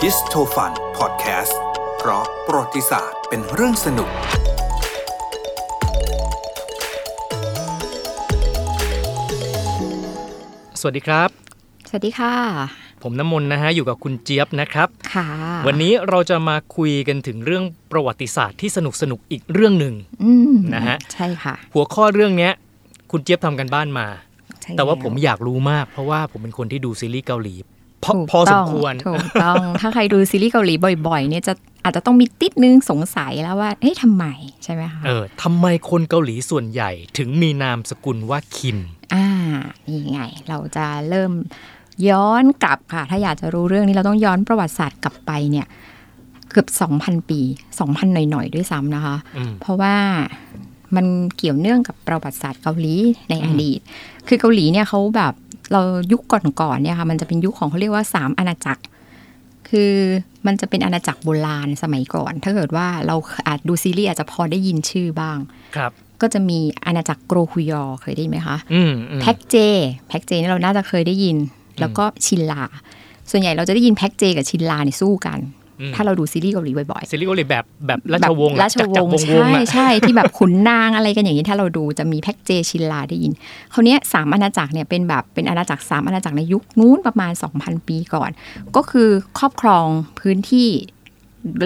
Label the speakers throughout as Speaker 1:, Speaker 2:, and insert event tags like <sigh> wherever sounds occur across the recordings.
Speaker 1: ดิสโทฟันพอดแคสต์เพราะประวัติศาสตร์เป็นเรื่องสนุก
Speaker 2: สวัสดีครับ
Speaker 3: สวัสดีค่ะ
Speaker 2: ผมน้ำมนต์นะฮะ อยู่กับคุณเจี๊ยบนะครับ
Speaker 3: ค่ะ
Speaker 2: วันนี้เราจะมาคุยกันถึงเรื่องประวัติศาสตร์ที่สนุกสนุกๆอีกเรื่องหนึ่ง
Speaker 3: อืม
Speaker 2: นะฮะ
Speaker 3: ใช่ค่ะ
Speaker 2: หัวข้อเรื่องเนี้ย คุณเจี๊ยบทำกันบ้านมา
Speaker 3: ใช่ล้
Speaker 2: แต่ว่าผมอยากรู้มาก เพราะว่าผมเป็นคนที่ดูซีรีส์เกาหลีพอ
Speaker 3: ถูก
Speaker 2: พอส
Speaker 3: ต้
Speaker 2: ม
Speaker 3: ง
Speaker 2: ควร
Speaker 3: ถูกต้อง
Speaker 2: <laughs>
Speaker 3: ถ้าใครดูซีรีส์เกาหลีบ่อย ๆ เนี่ยจะอาจจะต้องมีติดนึงสงสัยแล้วว่า เอ๊ะทำไมใช่ไหมคะ
Speaker 2: เออทำไมคนเกาหลีส่วนใหญ่ถึงมีนามสกุลว่าคิม
Speaker 3: อ่านี่ไง เราจะเริ่มย้อนกลับค่ะ ถ้าอยากจะรู้เรื่องนี้เราต้องย้อนประวัติศาสตร์กลับไปเนี่ย เกือบ 2,000 ปี 2,000 หน่อย ๆ ด้วยซ้ำนะคะ
Speaker 2: อืม
Speaker 3: เพราะว่ามันเกี่ยวเนื่องกับประวัติศาสตร์เกาหลีใน
Speaker 2: อื
Speaker 3: อ
Speaker 2: ม
Speaker 3: ดีต คือเกาหลีเนี่ยเขาแบบเรายุคก่อนๆเนี่ยค่ะมันจะเป็นยุคของเขาเรียกว่าสามอาณาจักร คือมันจะเป็นอาณาจักรโบราณสมัยก่อน ถ้าเกิดว่าเราอาจดูซีรีส์อาจจะพอได้ยินชื่อบ้าง
Speaker 2: ครับ
Speaker 3: ก็จะมีอาณาจักรโกรฮุยอเคยได้ยินไหมคะ
Speaker 2: อืมอืม
Speaker 3: แพ็กเจ แพ็กเจนี่เราน่าจะเคยได้ยิน แล้วก็ชินลา ส่วนใหญ่เราจะได้ยินแพ็กเจกับชินลาเนี่ยสู้กัน
Speaker 2: อืม
Speaker 3: ถ้าเราดูซีรีส์เกาหลีบ่อยๆ
Speaker 2: ซีรีส์เกาหลีแบบแบบราชวงศ์
Speaker 3: แบบราช
Speaker 2: จักร
Speaker 3: ว
Speaker 2: จัก
Speaker 3: ง
Speaker 2: ร
Speaker 3: ศ์
Speaker 2: วงศ์วงศ์
Speaker 3: ใช่
Speaker 2: อะ
Speaker 3: ใช่ที่แบบขุนนางอะไรกันอย่างนี้ถ้าเราดูจะมีแพ็กเจชินลาได้ยินคราวเนี้ยสามอาณาจักรเนี่ยเป็นแบบเป็นอาณาจักรสามอาณาจักรในยุคนู้นประมาณ 2,000 ปีก่อน ก็คือครอบครองพื้นที่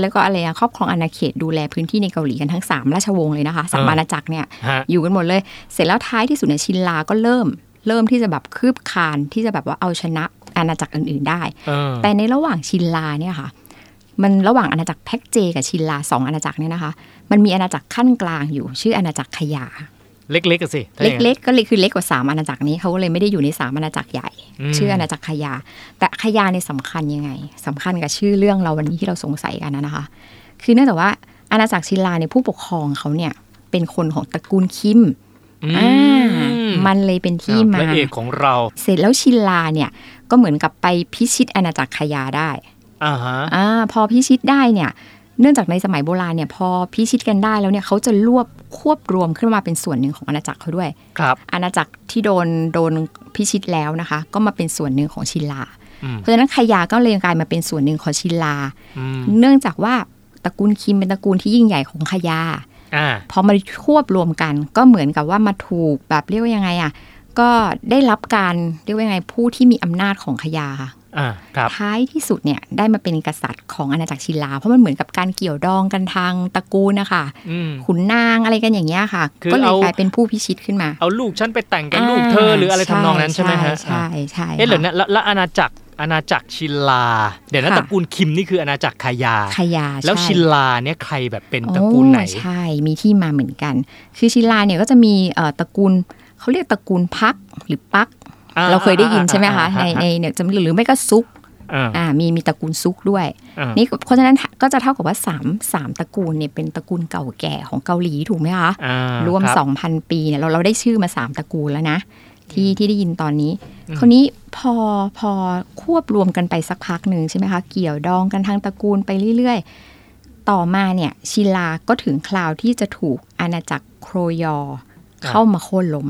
Speaker 3: แล้วก็อะไรอะครอบครองอาณาเขตดูแลพื้นที่ในเกาหลีกันทั้งสามราชวงศ์เลยนะคะสามอาณาจักรเนี่ย
Speaker 2: ฮะ
Speaker 3: อยู่กันหมดเลย เสร็จแล้วท้ายที่สุดเนี่ยชินลาก็เริ่ม เริ่มที่จะแบบคืบคานที่จะแบบว่าเอาชนะอาณาจักรอื่นๆได้
Speaker 2: เออ
Speaker 3: แต่ในระหว่างชินลาเนี่ยค่ะ มันระหว่างอาณาจักรแพ็กเจ กับชินลาสองอาณาจักรเนี่ยนะคะ มันมีอาณาจักรขั้นกลางอยู่ ชื่ออาณาจักรขยะ
Speaker 2: เล็กๆกันสิถ้า
Speaker 3: เ
Speaker 2: อย่างนั้น
Speaker 3: ล็กๆก็เลยคือเล็กกว่าสามอาณาจักรนี้เขาก็เลยไม่ได้อยู่ในสามอาณาจักรใหญ่ ชื่ออาณาจักรขยา แต่ขยาในยสำคัญยังไงสำคัญกับชื่อเรื่องเราวันนี้ที่เราสงสัยกันนะนะคะ คือเนื่องจากว่าอาณาจักรชินลาในยผู้ปกครองเขาเนี่ยเป็นคนของตระกูลคิม
Speaker 2: อื
Speaker 3: อ่า
Speaker 2: มั
Speaker 3: มันเลยเป็นที่
Speaker 2: พ
Speaker 3: มา
Speaker 2: ระเอกของเรา
Speaker 3: เสร็จแล้วชินลาเนี่ยก็เหมือนกับไปพิชิตอาณาจักรขยาได้
Speaker 2: อ่าฮะ
Speaker 3: อ่าพอพิชิตได้เนี่ย เนื่องจากในสมัยโบราณเนี่ยพอพิชิตกันได้แล้วเนี่ยเขาจะรวบควบรวมขึ้นมาเป็นส่วนหนึ่งของอาณาจักรเขาด้วย
Speaker 2: ครับ
Speaker 3: อาณาจักรที่โดนโดนพิชิตแล้วนะคะ ก็มาเป็นส่วนหนึ่งของชินลา
Speaker 2: อืม
Speaker 3: เพราะฉะนั้นขยาก็เลยกลายมาเป็นส่วนหนึ่งของชินลา
Speaker 2: อืม
Speaker 3: เนื่องจากว่าตระกูลคิมเป็นตระกูลที่ยิ่งใหญ่ของขยา
Speaker 2: อ่า
Speaker 3: พอมาควบรวมกันก็เหมือนกับว่ามาถูกแบบเรียกว่ายังไงอ่ะก็ได้รับการเรียกว่ายังไงผู้ที่มีอำนาจของขยาค่ะ
Speaker 2: อ่า ครับ
Speaker 3: ท้ายที่สุดเนี่ยได้มาเป็นกษัตริย์ของอาณาจักรชิลา เพราะมันเหมือนกับการเกี่ยวดองกันทางตระกูลนะคะ
Speaker 2: อืม
Speaker 3: ขุนนางอะไรกันอย่างเงี้ยค่ะ
Speaker 2: คือ
Speaker 3: ก็เลย
Speaker 2: เอา
Speaker 3: กลายเป็นผู้พิชิตขึ้นมา
Speaker 2: เอาลูกฉันไปแต่งกับลูกเธอหรืออะไรทำนองนั้นใช่ไหมฮะ
Speaker 3: ใช่
Speaker 2: อ่า
Speaker 3: ใช่
Speaker 2: เอ๊ะ
Speaker 3: ค่
Speaker 2: เดี๋ยวนะแล้วแล้วอาณาจักร อาณาจักรชินลา เดี๋ยวนะ
Speaker 3: ค่ะ
Speaker 2: ตระกูลคิมนี่คืออาณาจักรคายา
Speaker 3: ขยา
Speaker 2: แล้ว
Speaker 3: ใช่
Speaker 2: ชินลาเนี่ยใครแบบเป็นตระกูลไหน
Speaker 3: อ๋อใช่มีที่มาเหมือนกัน คือชิลาเนี่ยก็จะมีเอ่อตระกูลเขาเรียกตระกูลพักหรือปัก
Speaker 2: อ่
Speaker 3: เราเคยได้ยินใช่ไหมคะ
Speaker 2: อ่าอ่า
Speaker 3: ในในเนี่ยจำหรือไม่ก็ซุก
Speaker 2: อ่า
Speaker 3: อ่ามีมีตระกูลซุกด้วย
Speaker 2: อ่า
Speaker 3: นี่เพราะฉะนั้นก็จะเท่ากับว่าสามสามตระกูลเนี่ยเป็นตระกูลเก่าแก่ของเกาหลีถูกไหมคะ
Speaker 2: อ่าร
Speaker 3: วม
Speaker 2: คบ
Speaker 3: 2,000 ปีเนี่ยเราเราได้ชื่อมา 3 ตระกูลแล้วนะ ที่ที่ได้ยินตอนนี้
Speaker 2: อืม
Speaker 3: คราวนี้พอพอควบรวมกันไปสักพักหนึ่งใช่ไหมคะ เกี่ยวดองกันทางตระกูลไปเรื่อยๆ ต่อมาเนี่ยชิลาก็ถึงคราวที่จะถูกอาณาจักรโครยอ เข้ามาโค่นล้ม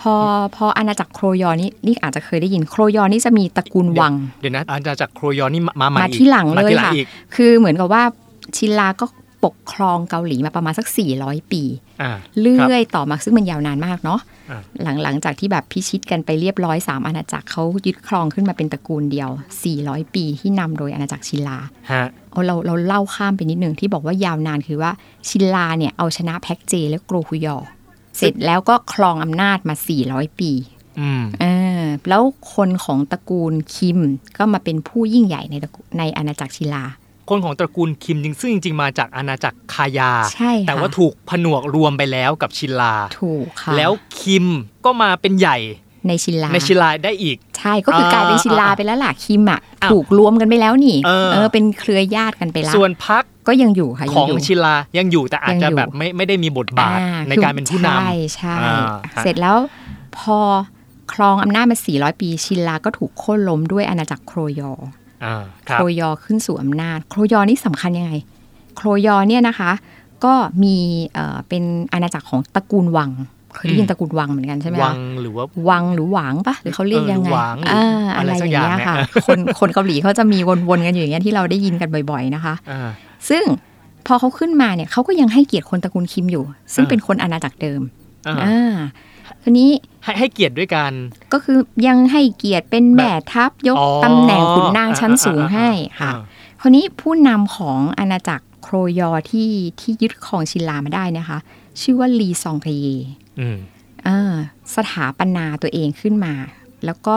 Speaker 3: พอพออาณาจักรโครยอนี่นี่อาจจะเคยได้ยินโครยอนี่จะมีตระกูลวัง
Speaker 2: เดี๋ยวนะ อาณาจักรโครยอนนี่มามาใหม่
Speaker 3: มา
Speaker 2: อีก
Speaker 3: ที่หลัง
Speaker 2: มา
Speaker 3: เลย
Speaker 2: ที่หลัง
Speaker 3: ค่ะ
Speaker 2: อีก
Speaker 3: คือเหมือนกับว่าชิลาก็ปกครองเกาหลีมาประมาณสัก 400 ปี
Speaker 2: อ่า
Speaker 3: เรื่อยต่อมาซึ่งมันยาวนานมากเนาะ
Speaker 2: อ่า
Speaker 3: หลังหลังจากที่แบบพิชิตกันไปเรียบร้อยสามอาณาจักรเขายึดครองขึ้นมาเป็นตระกูลเดียว 400 ปีที่นำโดยอาณาจักรชิลา
Speaker 2: ฮะ
Speaker 3: เอาเราเราเล่าข้ามไปนิดนึงที่บอกว่ายาวนานคือว่าชิลาเนี่ยเอาชนะแพ็กเจ และโกรฮุยอ เสร็จแล้วก็ครองอำนาจมา 400 ปี
Speaker 2: อืม
Speaker 3: เออแล้วคนของตระกูลคิมก็มาเป็นผู้ยิ่งใหญ่ในตระกูลในอาณาจักรชิลา
Speaker 2: คนของตระกูลคิมจริงซึ่งจริงๆมาจากอาณาจักรคายา
Speaker 3: ใช่ค่ะ
Speaker 2: แต่ว่าถูกผนวกรวมไปแล้วกับชินลา
Speaker 3: ถูกค่ะ
Speaker 2: แล้วคิมก็มาเป็นใหญ่
Speaker 3: ในชิลา
Speaker 2: ในชินลาได้อีก
Speaker 3: ใช่ก็คือกลายเป็น
Speaker 2: อ่า
Speaker 3: ศิลาไปแล้วล่ะคิมอ่ะ
Speaker 2: อ้าว
Speaker 3: ถูกรวมกันไปแล้วนี่
Speaker 2: เออ
Speaker 3: เป็นเครือญาติกันไปแล้ว
Speaker 2: ส่วนพัก
Speaker 3: ก็ยังอยู่ค่ะ
Speaker 2: ข
Speaker 3: ยั
Speaker 2: อง
Speaker 3: งอยู่
Speaker 2: ชินลายังอยู่แต่อาจ
Speaker 3: ยังอยู่
Speaker 2: จะแบบไม่ไม่ได้มีบทบาท
Speaker 3: อ่
Speaker 2: ใน
Speaker 3: คือ
Speaker 2: การเป็นผู้น
Speaker 3: ใช่ใช่
Speaker 2: อ่าฮะ
Speaker 3: เสร็จแล้วพอครองอำนาจมา 400 ปีชิลาก็ถูกโค่นล้มด้วยอาณาจักรโครยอ
Speaker 2: ำอ่าค
Speaker 3: โครับ รยอขึ้นสู่อำนาจ โครยอนี่สำคัญยังไง โครยอเนี่ยนะคะ ก็มีเอ่อเป็นอาณาจักรของตระกูลวัง เคยได้ยิ
Speaker 2: อื
Speaker 3: น
Speaker 2: ม
Speaker 3: ตระกูลวังเหมือนกันใช่ไหม
Speaker 2: วั
Speaker 3: คะ
Speaker 2: งหรือว่า
Speaker 3: วังหรือหวางปะหรือเขาเรียกยังไง
Speaker 2: เออหรือหวางหรืออ่อะ
Speaker 3: าอะไรไรอ
Speaker 2: สัก
Speaker 3: ย่าง
Speaker 2: อย่าง
Speaker 3: เงี้ยค่ะ
Speaker 2: เนี่ย
Speaker 3: คนคนเกาหลีเขาจะมีวนๆกันอยู่อย่างเงี้ยที่เราได้ยินกันบ่อย ๆนะคะ
Speaker 2: อ่า
Speaker 3: ซึ่งพอเขาขึ้นมาเนี่ยเขาก็ยังให้เกียรติคนตระกูลคิมอยู่ ซึ่ง
Speaker 2: อ่า
Speaker 3: เป็นคนอาณาจักรเดิม
Speaker 2: อ่า
Speaker 3: อ่าทีนี้
Speaker 2: ให้ให้เกียรติด้วยกัน
Speaker 3: ก็คือยังให้เกียรติเป็นแม่ทัพยก
Speaker 2: อ๋อ
Speaker 3: ตำแหน่งขุนนางชั้นสูง
Speaker 2: อ่าอ่าอ่า
Speaker 3: ให้ค่ะ คราวนี้ผู้นำของอาณาจักรโครยอที่ที่ยึดครองชินลามาได้นะคะ ชื่อว่าลีซองเทเย
Speaker 2: อืม
Speaker 3: เออสถาปนาตัวเองขึ้นมา แล้วก็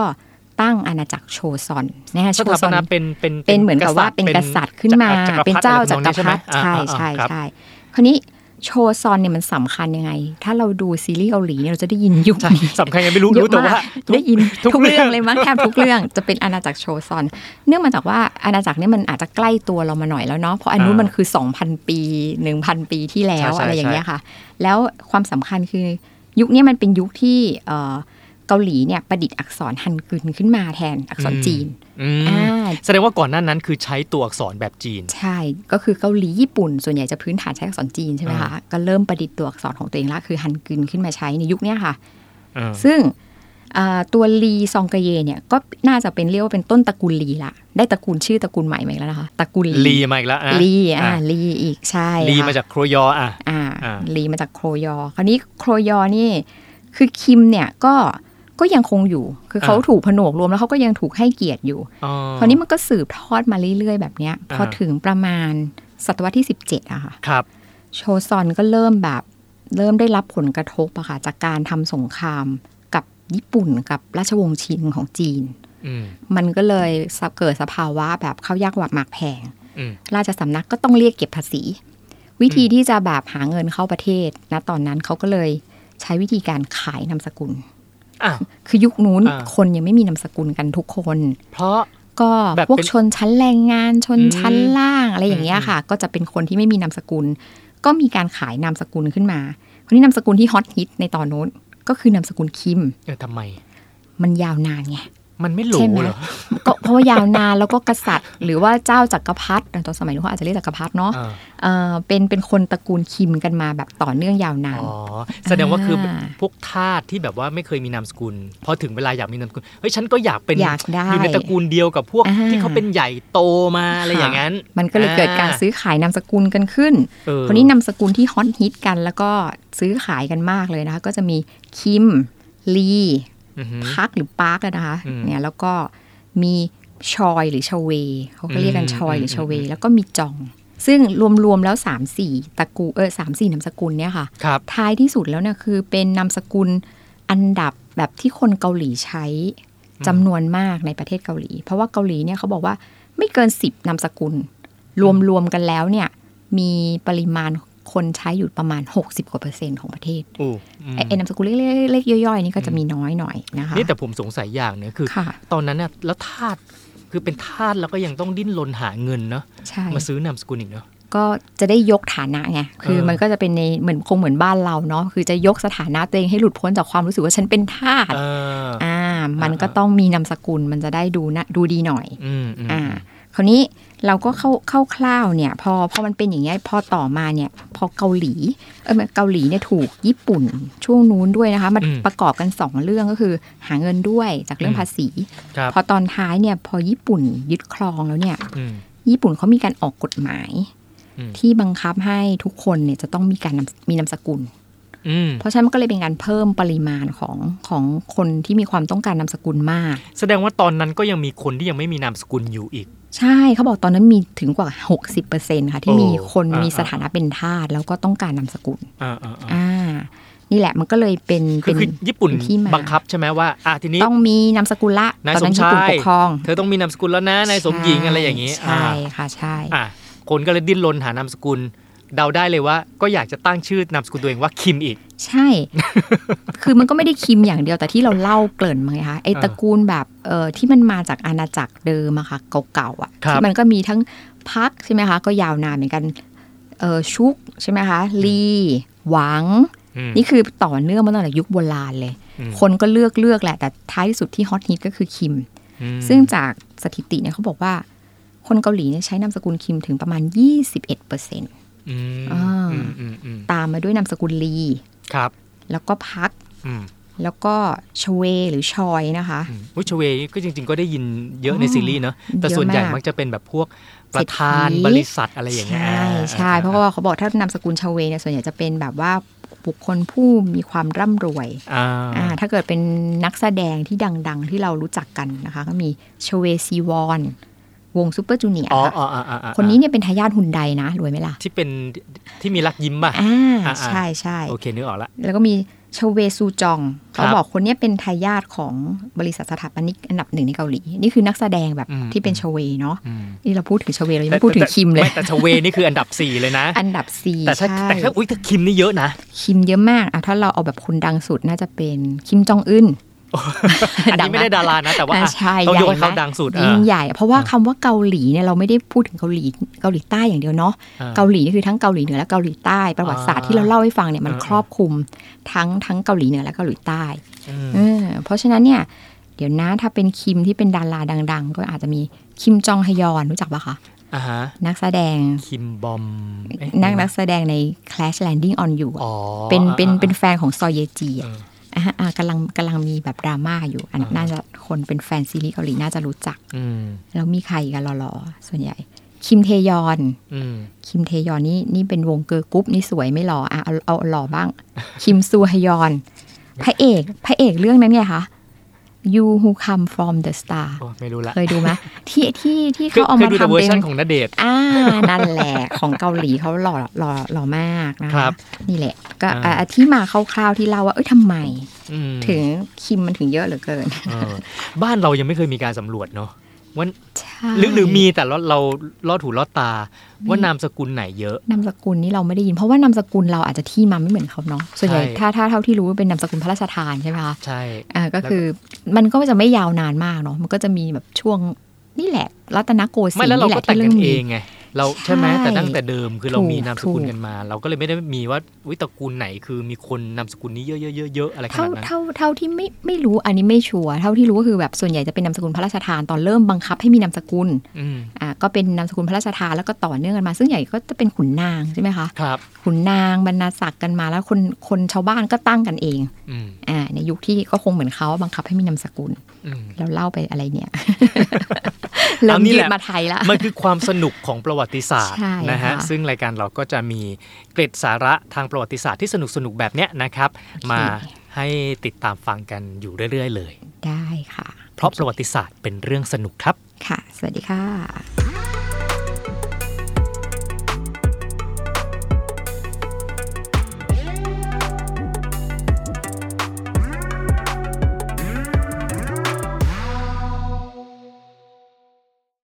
Speaker 3: ตั้งอาณาจักรโชซอนนะคะ
Speaker 2: ส
Speaker 3: โช
Speaker 2: ถา
Speaker 3: ซ
Speaker 2: ป
Speaker 3: อน
Speaker 2: นาเป็นเป็น
Speaker 3: เป็นเหมือนกับว่าเป็นกษัตริย์ขึ้นมา
Speaker 2: จักรพรรดิ
Speaker 3: เป็นเจ้าจักรพรรดิ
Speaker 2: อะไทำนองนี้ไหม
Speaker 3: ใช่ใช่
Speaker 2: อ่าอ่าครับ
Speaker 3: ใช่คราวนี้โชซอนเนี่ยมันสำคัญยังไง ถ้าเราดูซีรีส์เกาหลีเนี่ยเราจะได้ยินยุค
Speaker 2: ใช่
Speaker 3: นี้
Speaker 2: สำคัญยังไม่รู้
Speaker 3: เย
Speaker 2: รู้
Speaker 3: อะ
Speaker 2: แต่
Speaker 3: ม
Speaker 2: ว่า
Speaker 3: กได้ยิน
Speaker 2: ทุ
Speaker 3: ทุ
Speaker 2: ก
Speaker 3: กเรื่
Speaker 2: เรื่
Speaker 3: อ
Speaker 2: อง ง
Speaker 3: เลยมั้งแทบทุกเรื่องจะเป็นอาณาจักรโชซอน เนื่องมาจากว่าอาณาจักรเนี้มันอาจจะใกล้ตัวเรามาหน่อยแล้วเนาะเพราะอันนู้น
Speaker 2: อ่ามั
Speaker 3: มันคือ 2,000 ปี 1,000 ปีที่แล้ว
Speaker 2: ใช่ใช่
Speaker 3: อะไรอย่างเงี้ยค่ะ แล้วความสำคัญคือยุคนี้มันเป็นยุคที่เอ่อเกาหลีเนี่ยประดิษฐ์อักษรฮันกึนขึ้นมาแทนอักษร
Speaker 2: อืม
Speaker 3: จีน
Speaker 2: อืม
Speaker 3: อ่า
Speaker 2: แสดงว่าก่อนหน้านั้นคือใช้ตัวอักษรแบบจีน
Speaker 3: ใช่ก็คือเกาหลีญี่ปุ่น ส่วนใหญ่จะพื้นฐานใช้อักษรจีนใช่ไหมคะก็เริ่มประดิษฐ์ตัวอักษรของตัวเองละคือฮันกึนขึ้นมาใช้ในยุคเนี้ยค่ะ
Speaker 2: อ่า
Speaker 3: ซึ่งอ่าตัวลีซองกะเยเนี่ยก็น่าจะเป็นเรียกว่าเป็นต้นตระกูลลีละ ได้ตระกูลชื่อตระกูลใหม่มาอีกแล้วนะคะตระกูล
Speaker 2: ลีมาอีกแล้วนะ
Speaker 3: ลีอ่า
Speaker 2: อ่ะ
Speaker 3: ลีอีกใช่
Speaker 2: ลี
Speaker 3: ค่ะ
Speaker 2: มาจากโครยออ่ะ
Speaker 3: อ่า
Speaker 2: อ่า
Speaker 3: ลีมาจากโครยอ คราวนี้โครยอนี่คือคิมเนี่ยก็ก็ยังคงอยู่ คือเขาถูกผนวกรวมแล้วเขาก็ยังถูกให้เกียรติอยู่
Speaker 2: อ๋อ
Speaker 3: คราวนี้มันก็สืบทอดมาเรื่อยๆ แบบเนี้ยพออา ถึงประมาณศตวรรษที่ 17อะค่ะ
Speaker 2: ครับ
Speaker 3: โชซอนก็เริ่มแบบเริ่มได้รับผลกระทบอะค่ะจากการทำสงครามกับญี่ปุ่นกับราชวงศ์ชิงของจีน
Speaker 2: อืม
Speaker 3: มันก็เลยเกิดสภาวะแบบเข้ายากหวักหมากแพง
Speaker 2: อืม
Speaker 3: ราชสำนักก็ต้องเรียกเก็บภาษี วิธีที่จะแบบหาเงินเข้าประเทศนะตอนนั้นเขาก็เลยใช้วิธีการขายนามสกุล
Speaker 2: อ่ะ
Speaker 3: คือยุคนู้น
Speaker 2: อ่า
Speaker 3: คนยังไม่มีนามสกุลกันทุกคน
Speaker 2: เพราะ
Speaker 3: ก็
Speaker 2: แบบ
Speaker 3: พวก
Speaker 2: เป็น
Speaker 3: ชนชั้นแรงงานชนชั้น
Speaker 2: อืม
Speaker 3: ล่างอะไรอย่างเงี้ย
Speaker 2: อืม
Speaker 3: ค่ะ ก็จะเป็นคนที่ไม่มีนามสกุล ก็มีการขายนามสกุลขึ้นมา คนที่นามสกุลที่ฮอตฮิตในตอนโน้นก็คือนามสกุลคิม
Speaker 2: เออทำไม
Speaker 3: มันยาวนานไง
Speaker 2: มันไม่หรู
Speaker 3: ใช่ไหม
Speaker 2: เหรอ
Speaker 3: ก็เพราะว่ายาวนานแล้วก็กษัตริย์ หรือว่าเจ้าจักรพรรดิตอนสมัยนู้นเขาอาจจะเรียกจักรพรรดิเนาะ
Speaker 2: อ่า
Speaker 3: เอ่อเป็นเป็นคนตระกูลคิมกันมาแบบต่อเนื่องยาวนาน
Speaker 2: อ๋อ แสดงว่าคืออา พวกทาสที่แบบว่าไม่เคยมีนามสกุล พอถึงเวลาอยากมีนามสกุล เฮ้ย ฉันก็อยากเป็น
Speaker 3: อยากได้
Speaker 2: อยู่ในตระกูลเดียวกับพวก
Speaker 3: อ่า
Speaker 2: ที่เขาเป็นใหญ่โตมาอะไรอย่างนั้น
Speaker 3: มันก็เลยเกิดการซื้อขายนามสกุลกันขึ้น
Speaker 2: เออ
Speaker 3: คนนี้นามสกุลที่ฮอตฮิตกัน แล้วก็ซื้อขายกันมากเลยนะคะ ก็จะมีคิมลี
Speaker 2: อือหือ
Speaker 3: พักหรือปาร์กอะนะคะ
Speaker 2: อืม
Speaker 3: เนี่ยแล้วก็มีชอยหรือชเวเขาก็เรียกกัน
Speaker 2: อืม
Speaker 3: ชอยหรือ
Speaker 2: ม
Speaker 3: ชเว
Speaker 2: อืม
Speaker 3: แล้วก็มีจอง ซึ่งรวมๆแล้ว 3 4ตระกูลเออสามสี่นามสกุลเนี่ยค่ะ
Speaker 2: ครับ
Speaker 3: ท้ายที่สุดแล้วเนี่ยคือเป็นนามสกุลอันดับแบบที่คนเกาหลีใช้จำนวนมากในประเทศเกาหลี เพราะว่าเกาหลีเนี่ยเขาบอกว่าไม่เกิน 10นามสกุล รวมๆกันแล้วเนี่ยมีปริมาณคนใช้อยู่ประมาณ 60 กว่าเปอร์เซ็นต์ของประเทศ
Speaker 2: อู้อืม
Speaker 3: ไอ้ไอ้นามสกุลเล็กๆเล็กๆย่อยๆนี่ก็จะมีน้อยหน่อยนะคะ
Speaker 2: นี่แต่ผมสงสัยอย่างหนึงคือ
Speaker 3: ค่ะ
Speaker 2: ตอนนั้นน่ะแล้วทาสคือเป็นทาสแล้วก็ยังต้องดิ้นรนหาเงินเนาะ
Speaker 3: ใช่
Speaker 2: มาซื้อนามสกุลอีกเนาะ
Speaker 3: ก็จะได้ยกฐานะไงคือ
Speaker 2: เออ
Speaker 3: มันก็จะเป็นในเหมือนคงเหมือนบ้านเราเนาะคือจะยกสถานะตัวเองให้หลุดพ้นจากความรู้สึกว่าฉันเป็นทาส
Speaker 2: เออ
Speaker 3: อ่ามัน
Speaker 2: อ่า
Speaker 3: ก็ต้องมีนามสกุลมันจะได้ดูนะดูดีหน่อย
Speaker 2: อืมอืม
Speaker 3: อ่าคราวนี้เราก็เข้าเข้าคร่าวๆเนี่ยพอพอมันเป็นอย่างเงี้ยพอต่อมาเนี่ยพอเกาหลีเออเกาหลีเนี่ยถูกญี่ปุ่นช่วงนู้นด้วยนะคะมันประกอบกันสองเรื่องก็คือหาเงินด้วยจากเรื่องภาษี
Speaker 2: ครับ
Speaker 3: พอตอนท้ายเนี่ยพอญี่ปุ่นยึดครองแล้วเนี่ย
Speaker 2: อืม
Speaker 3: ญี่ปุ่นเขามีการออกกฎหมาย
Speaker 2: อืม
Speaker 3: ที่บังคับให้ทุกคนเนี่ยจะต้องมีการนำมีนามสกุล
Speaker 2: อืม
Speaker 3: เพราะฉะนั้นมันก็เลยเป็นการเพิ่มปริมาณของของคนที่มีความต้องการนามสกุลมาก
Speaker 2: แสดงว่าตอนนั้นก็ยังมีคนที่ยังไม่มีนามสกุลอยู่อีก
Speaker 3: ใช่เขาบอกตอนนั้นมีถึงกว่า 60%ค่ะ ที่มี
Speaker 2: โอ้
Speaker 3: คน
Speaker 2: อ่ามี
Speaker 3: มีสถานะเป็นทาสแล้วก็ต้องการนามสกุล
Speaker 2: อ่าอ่าอ่า
Speaker 3: อ่านี่แหละมันก็เลยเป็น
Speaker 2: คือ
Speaker 3: เป็น
Speaker 2: คือญี่ปุ่น
Speaker 3: เป็นที่มา
Speaker 2: บังคับใช่ไหมว่าอ่ะทีนี้
Speaker 3: ต้องมีนามสกุลละ
Speaker 2: นาย
Speaker 3: ตอนนั้น
Speaker 2: สมชาย
Speaker 3: ญี่ปุ่นปกครอง
Speaker 2: เธอต้องมีนามสกุลแล้วนะนายสมหญิงอะไรอย่างนี้
Speaker 3: นี้
Speaker 2: อ่า
Speaker 3: ใช่ค่ะใช่
Speaker 2: อ่ะคนก็เลยดิ้นรนหานามสกุล เดาได้เลยว่า ก็อยากจะตั้งชื่อนามสกุลตัวเองว่าคิมอีก
Speaker 3: ใช่
Speaker 2: <laughs>
Speaker 3: คือมันก็ไม่ได้คิมอย่างเดียวแต่ที่เราเล่าเกริ่นมาไงคะไอ้
Speaker 2: อ่า
Speaker 3: ตระกูลแบบเอ่อที่มันมาจากอาณาจักรเดิมอะค่ะเก่าๆอะ
Speaker 2: ครับ
Speaker 3: ที่มันก็มีทั้งพักใช่ไหมคะ ก็ยาวนานเหมือนกันเอ่อชุกใช่ไหมคะลีหวัง
Speaker 2: อืม
Speaker 3: นี่คือต่อเนื่องมาตั้งแต่ยุคโบราณเลย
Speaker 2: อืม
Speaker 3: คนก็เลือกเลือกแหละ แต่ท้ายที่สุดที่ฮอตฮิตก็คือคิม
Speaker 2: อืม
Speaker 3: ซึ่งจากสถิติเนี่ยเขาบอกว่า คนเกาหลีเนี่ยใช้นามสกุลคิมถึงประมาณ 21%
Speaker 2: อืม
Speaker 3: อ่า
Speaker 2: อืมอืมอืม
Speaker 3: ตามมาด้วยนามสกุลลี
Speaker 2: ครับ
Speaker 3: แล้วก็พัก
Speaker 2: อืม
Speaker 3: แล้วก็ชเวหรือชอยนะคะ
Speaker 2: อืมอุ้ยชเวก็จริง ๆ ก็ได้ยินเยอะในซีรีส์เนอะแต่
Speaker 3: เยอะ
Speaker 2: ส่วนใหญ่
Speaker 3: มาก
Speaker 2: มักจะเป็นแบบพวกประธาน
Speaker 3: เศรษฐี
Speaker 2: บริษัทอะไรอย่างเงี้ย
Speaker 3: ใช่ใช่ เพราะว่าเขาบอกถ้านามสกุลชเวเนี่ยส่วนใหญ่จะเป็นแบบว่าบุคคลผู้มีความร่ำรวย
Speaker 2: อ่า
Speaker 3: อ่าถ้าเกิดเป็นนักแสดงที่ดัง ๆ ที่เรารู้จักกันนะคะ ก็มีชเวซีวอน วงซูเปอร์จูเนียร์
Speaker 2: อ๋อ
Speaker 3: ค่ะ
Speaker 2: อ๋ออ๋ออ๋ออ๋อ
Speaker 3: คนนี้เนี่ยเป็นทายาทหุ่นใดนะรวยไหมล่ะ
Speaker 2: ที่เป็นที่มีรักยิ้มป่ะ
Speaker 3: อ่า
Speaker 2: อ่าๆ
Speaker 3: ใช่ใช่
Speaker 2: โอเคนึกออกละ
Speaker 3: แล้วก็มีชเวซูจอง
Speaker 2: ครับ
Speaker 3: เขาบอกคนเนี้เป็นทายาทของบริษัทสถาปนิกอันดับหนึ่งในเกาหลี นี่คือนักแสดงแบบ
Speaker 2: อืม
Speaker 3: ที่เป็นชเวเนาะ
Speaker 2: อืม
Speaker 3: นี่เราพูดถึงชเวเรายังไม่พูดถึง
Speaker 2: แต่
Speaker 3: คิมเลย
Speaker 2: ไแต่ชเวนี่คืออันดับ 4 เลยนะ
Speaker 3: อันดับสี่
Speaker 2: แต่ถ้า
Speaker 3: ใช่
Speaker 2: แต่ถ้าอุ้ยถ้าคิมนี่เยอะนะ
Speaker 3: คิมเยอะมากอ่ะถ้าเราเอาแบบคนดังสุดน่าจะเป็นคิมจองอึน
Speaker 2: อันนี้ไม่ได้ดารานะ แต่ว่า
Speaker 3: อ่ะ
Speaker 2: อ่ะ
Speaker 3: ใช่
Speaker 2: ต้องยก
Speaker 3: ใหญ่
Speaker 2: ให้เขา
Speaker 3: มาก
Speaker 2: ดังสุด
Speaker 3: ยิ่ง
Speaker 2: เออ
Speaker 3: ใหญ่ เพราะว่าคำว่าเกาหลีเนี่ยเราไม่ได้พูดถึงเกาหลีเกาหลีใต้อย่างเดียวเนาะ
Speaker 2: ออ
Speaker 3: เกาหลีนี่คือทั้งเกาหลีเหนือและเกาหลีใต้ ประวัติศาสตร์ที่เราเล่าให้ฟังเนี่ยมัน
Speaker 2: อ่า
Speaker 3: ครอบคลุมทั้งทั้งเกาหลีเหนือและเกาหลีใต้
Speaker 2: อืม
Speaker 3: เออเพราะฉะนั้นเนี่ยเดี๋ยวนะถ้าเป็นคิมที่เป็นดาราดัง ๆ ก็อาจจะมีคิมจองฮยอนรู้จักปะคะ
Speaker 2: อ่าฮะ
Speaker 3: นักแสดง
Speaker 2: คิมบอมเอ๊ะ
Speaker 3: นักนักแสดงใน Clash Landing on You อะ
Speaker 2: อ๋อ
Speaker 3: เป็นเป็น
Speaker 2: อ่า
Speaker 3: เป็นแฟนของซอยเยจีอะ
Speaker 2: เออ
Speaker 3: อ่ะอ่ะกำลังกำลังมีแบบดราม่าอยู่ อันน่าจะคนเป็นแฟนซีรีส์เกาหลีน่าจะรู้จัก
Speaker 2: อืม
Speaker 3: แล้วมีใครอีกันหล่อๆ ส่วนใหญ่ คิมเทยอน
Speaker 2: อืม
Speaker 3: คิมเทยอนนี่นี่เป็นวงเกิร์ลกรุ๊ปนี่สวยไม่หล่ออ่ะเอาเอาหล่อบ้าง <laughs> คิมซูฮยอน พระเอกพระเอกเรื่องนั้นไงคะ You Who Come From the Star
Speaker 2: โอ้ไม่รู้ละ
Speaker 3: เคยดูไหมที่ที่ที่
Speaker 2: คือ
Speaker 3: เขาเอา
Speaker 2: คือ
Speaker 3: มา
Speaker 2: ดูแต่
Speaker 3: ทำ
Speaker 2: เวอร์
Speaker 3: เป็
Speaker 2: ชัน
Speaker 3: น
Speaker 2: ของณเดชน์
Speaker 3: อ่านั่นแหละของเกาหลีเขาหล่อหล่อหล่อมากนะ
Speaker 2: ครั
Speaker 3: คะ
Speaker 2: บ
Speaker 3: นี่แหละก็
Speaker 2: อ่า
Speaker 3: อ่ะที่มาคร่าวๆที่เล่าว่าเอ้ยทำไม
Speaker 2: อืม
Speaker 3: ถึงคิมมันถึงเยอะเหลือเกิน
Speaker 2: เออบ้านเรายังไม่เคยมีการสำรวจเนาะว่า
Speaker 3: ใช่
Speaker 2: หรือหรือมีแต่เราเราลอดหูลอดตา ว่านามสกุลไหนเยอะ
Speaker 3: นามสกุลนี่เราไม่ได้ยิน เพราะว่านามสกุลเราอาจจะที่มาไม่เหมือนเขาเนาะส่วนใหญ่
Speaker 2: ใช่
Speaker 3: ถ้าถ้าเท่าที่รู้เป็นนามสกุลพระราชทานใช่ไหมคะ
Speaker 2: ใช่
Speaker 3: อ่าก็คือมันก็จะไม่ยาวนานมากเนาะมันก็จะมีแบบช่วงนี่แหละรัตนโกสินท
Speaker 2: ไม่
Speaker 3: ร์
Speaker 2: แล้วเรา
Speaker 3: นี่แห
Speaker 2: ก็
Speaker 3: ละ
Speaker 2: แต่ง
Speaker 3: ที่
Speaker 2: กั
Speaker 3: เริ่
Speaker 2: น
Speaker 3: ม
Speaker 2: เอ
Speaker 3: มี
Speaker 2: งไง เราใช่ไหม
Speaker 3: ใช่
Speaker 2: แต่ตั้งแต่เดิมคือเรา
Speaker 3: ถูก
Speaker 2: มีนามสกุล
Speaker 3: ถูก
Speaker 2: กันมา เราก็เลยไม่ได้มีว่าวิตระกูลไหนคือมีคนนามสกุลนี้เยอะๆๆๆอะไรข
Speaker 3: เท่า
Speaker 2: นาดนั้น
Speaker 3: เท่าเท่าที่ไม่ไม่รู้อันนี้ไม่ชัวร์เท่าที่รู้ก็คือแบบส่วนใหญ่จะเป็นนามสกุลพระราชทานตอนเริ่มบังคับให้มีนามสกุล
Speaker 2: อืม
Speaker 3: อ่าก็เป็นนามสกุลพระราชทานแล้วก็ต่อเนื่องกันมา ซึ่งใหญ่ก็จะเป็นขุนนางใช่ไหมคะ
Speaker 2: ครับ
Speaker 3: ขุนนางบรรณาศักดิ์กันมาแล้วคนคนชาวบ้านก็ตั้งกันเอง
Speaker 2: อืม
Speaker 3: อ่าในยุคที่ก็คงเหมือนเขาบังคับให้มีนามสกุล
Speaker 2: อืม
Speaker 3: แล้วเล่าไปอะไร
Speaker 2: <laughs>
Speaker 3: เนี่ย เริ่ม
Speaker 2: นี่
Speaker 3: ยื
Speaker 2: แห
Speaker 3: ด
Speaker 2: ละ
Speaker 3: มาไทยละ
Speaker 2: มันคือความสนุกของประวัติศาสตร์
Speaker 3: ใช่
Speaker 2: นะฮะ
Speaker 3: ค่ะ
Speaker 2: ซึ่งรายการเราก็จะมีเกร็ดสาระทางประวัติศาสตร์ที่สนุกสนุกๆแบบเนี้ยนะครับ มาให้ติดตามฟังกันอยู่เรื่อย ๆ เลย
Speaker 3: ได้ค่ะ
Speaker 2: เพราะประวัติศาสตร์เป็นเรื่องสนุกครับ
Speaker 3: ค่ะ สวัสดีค่ะ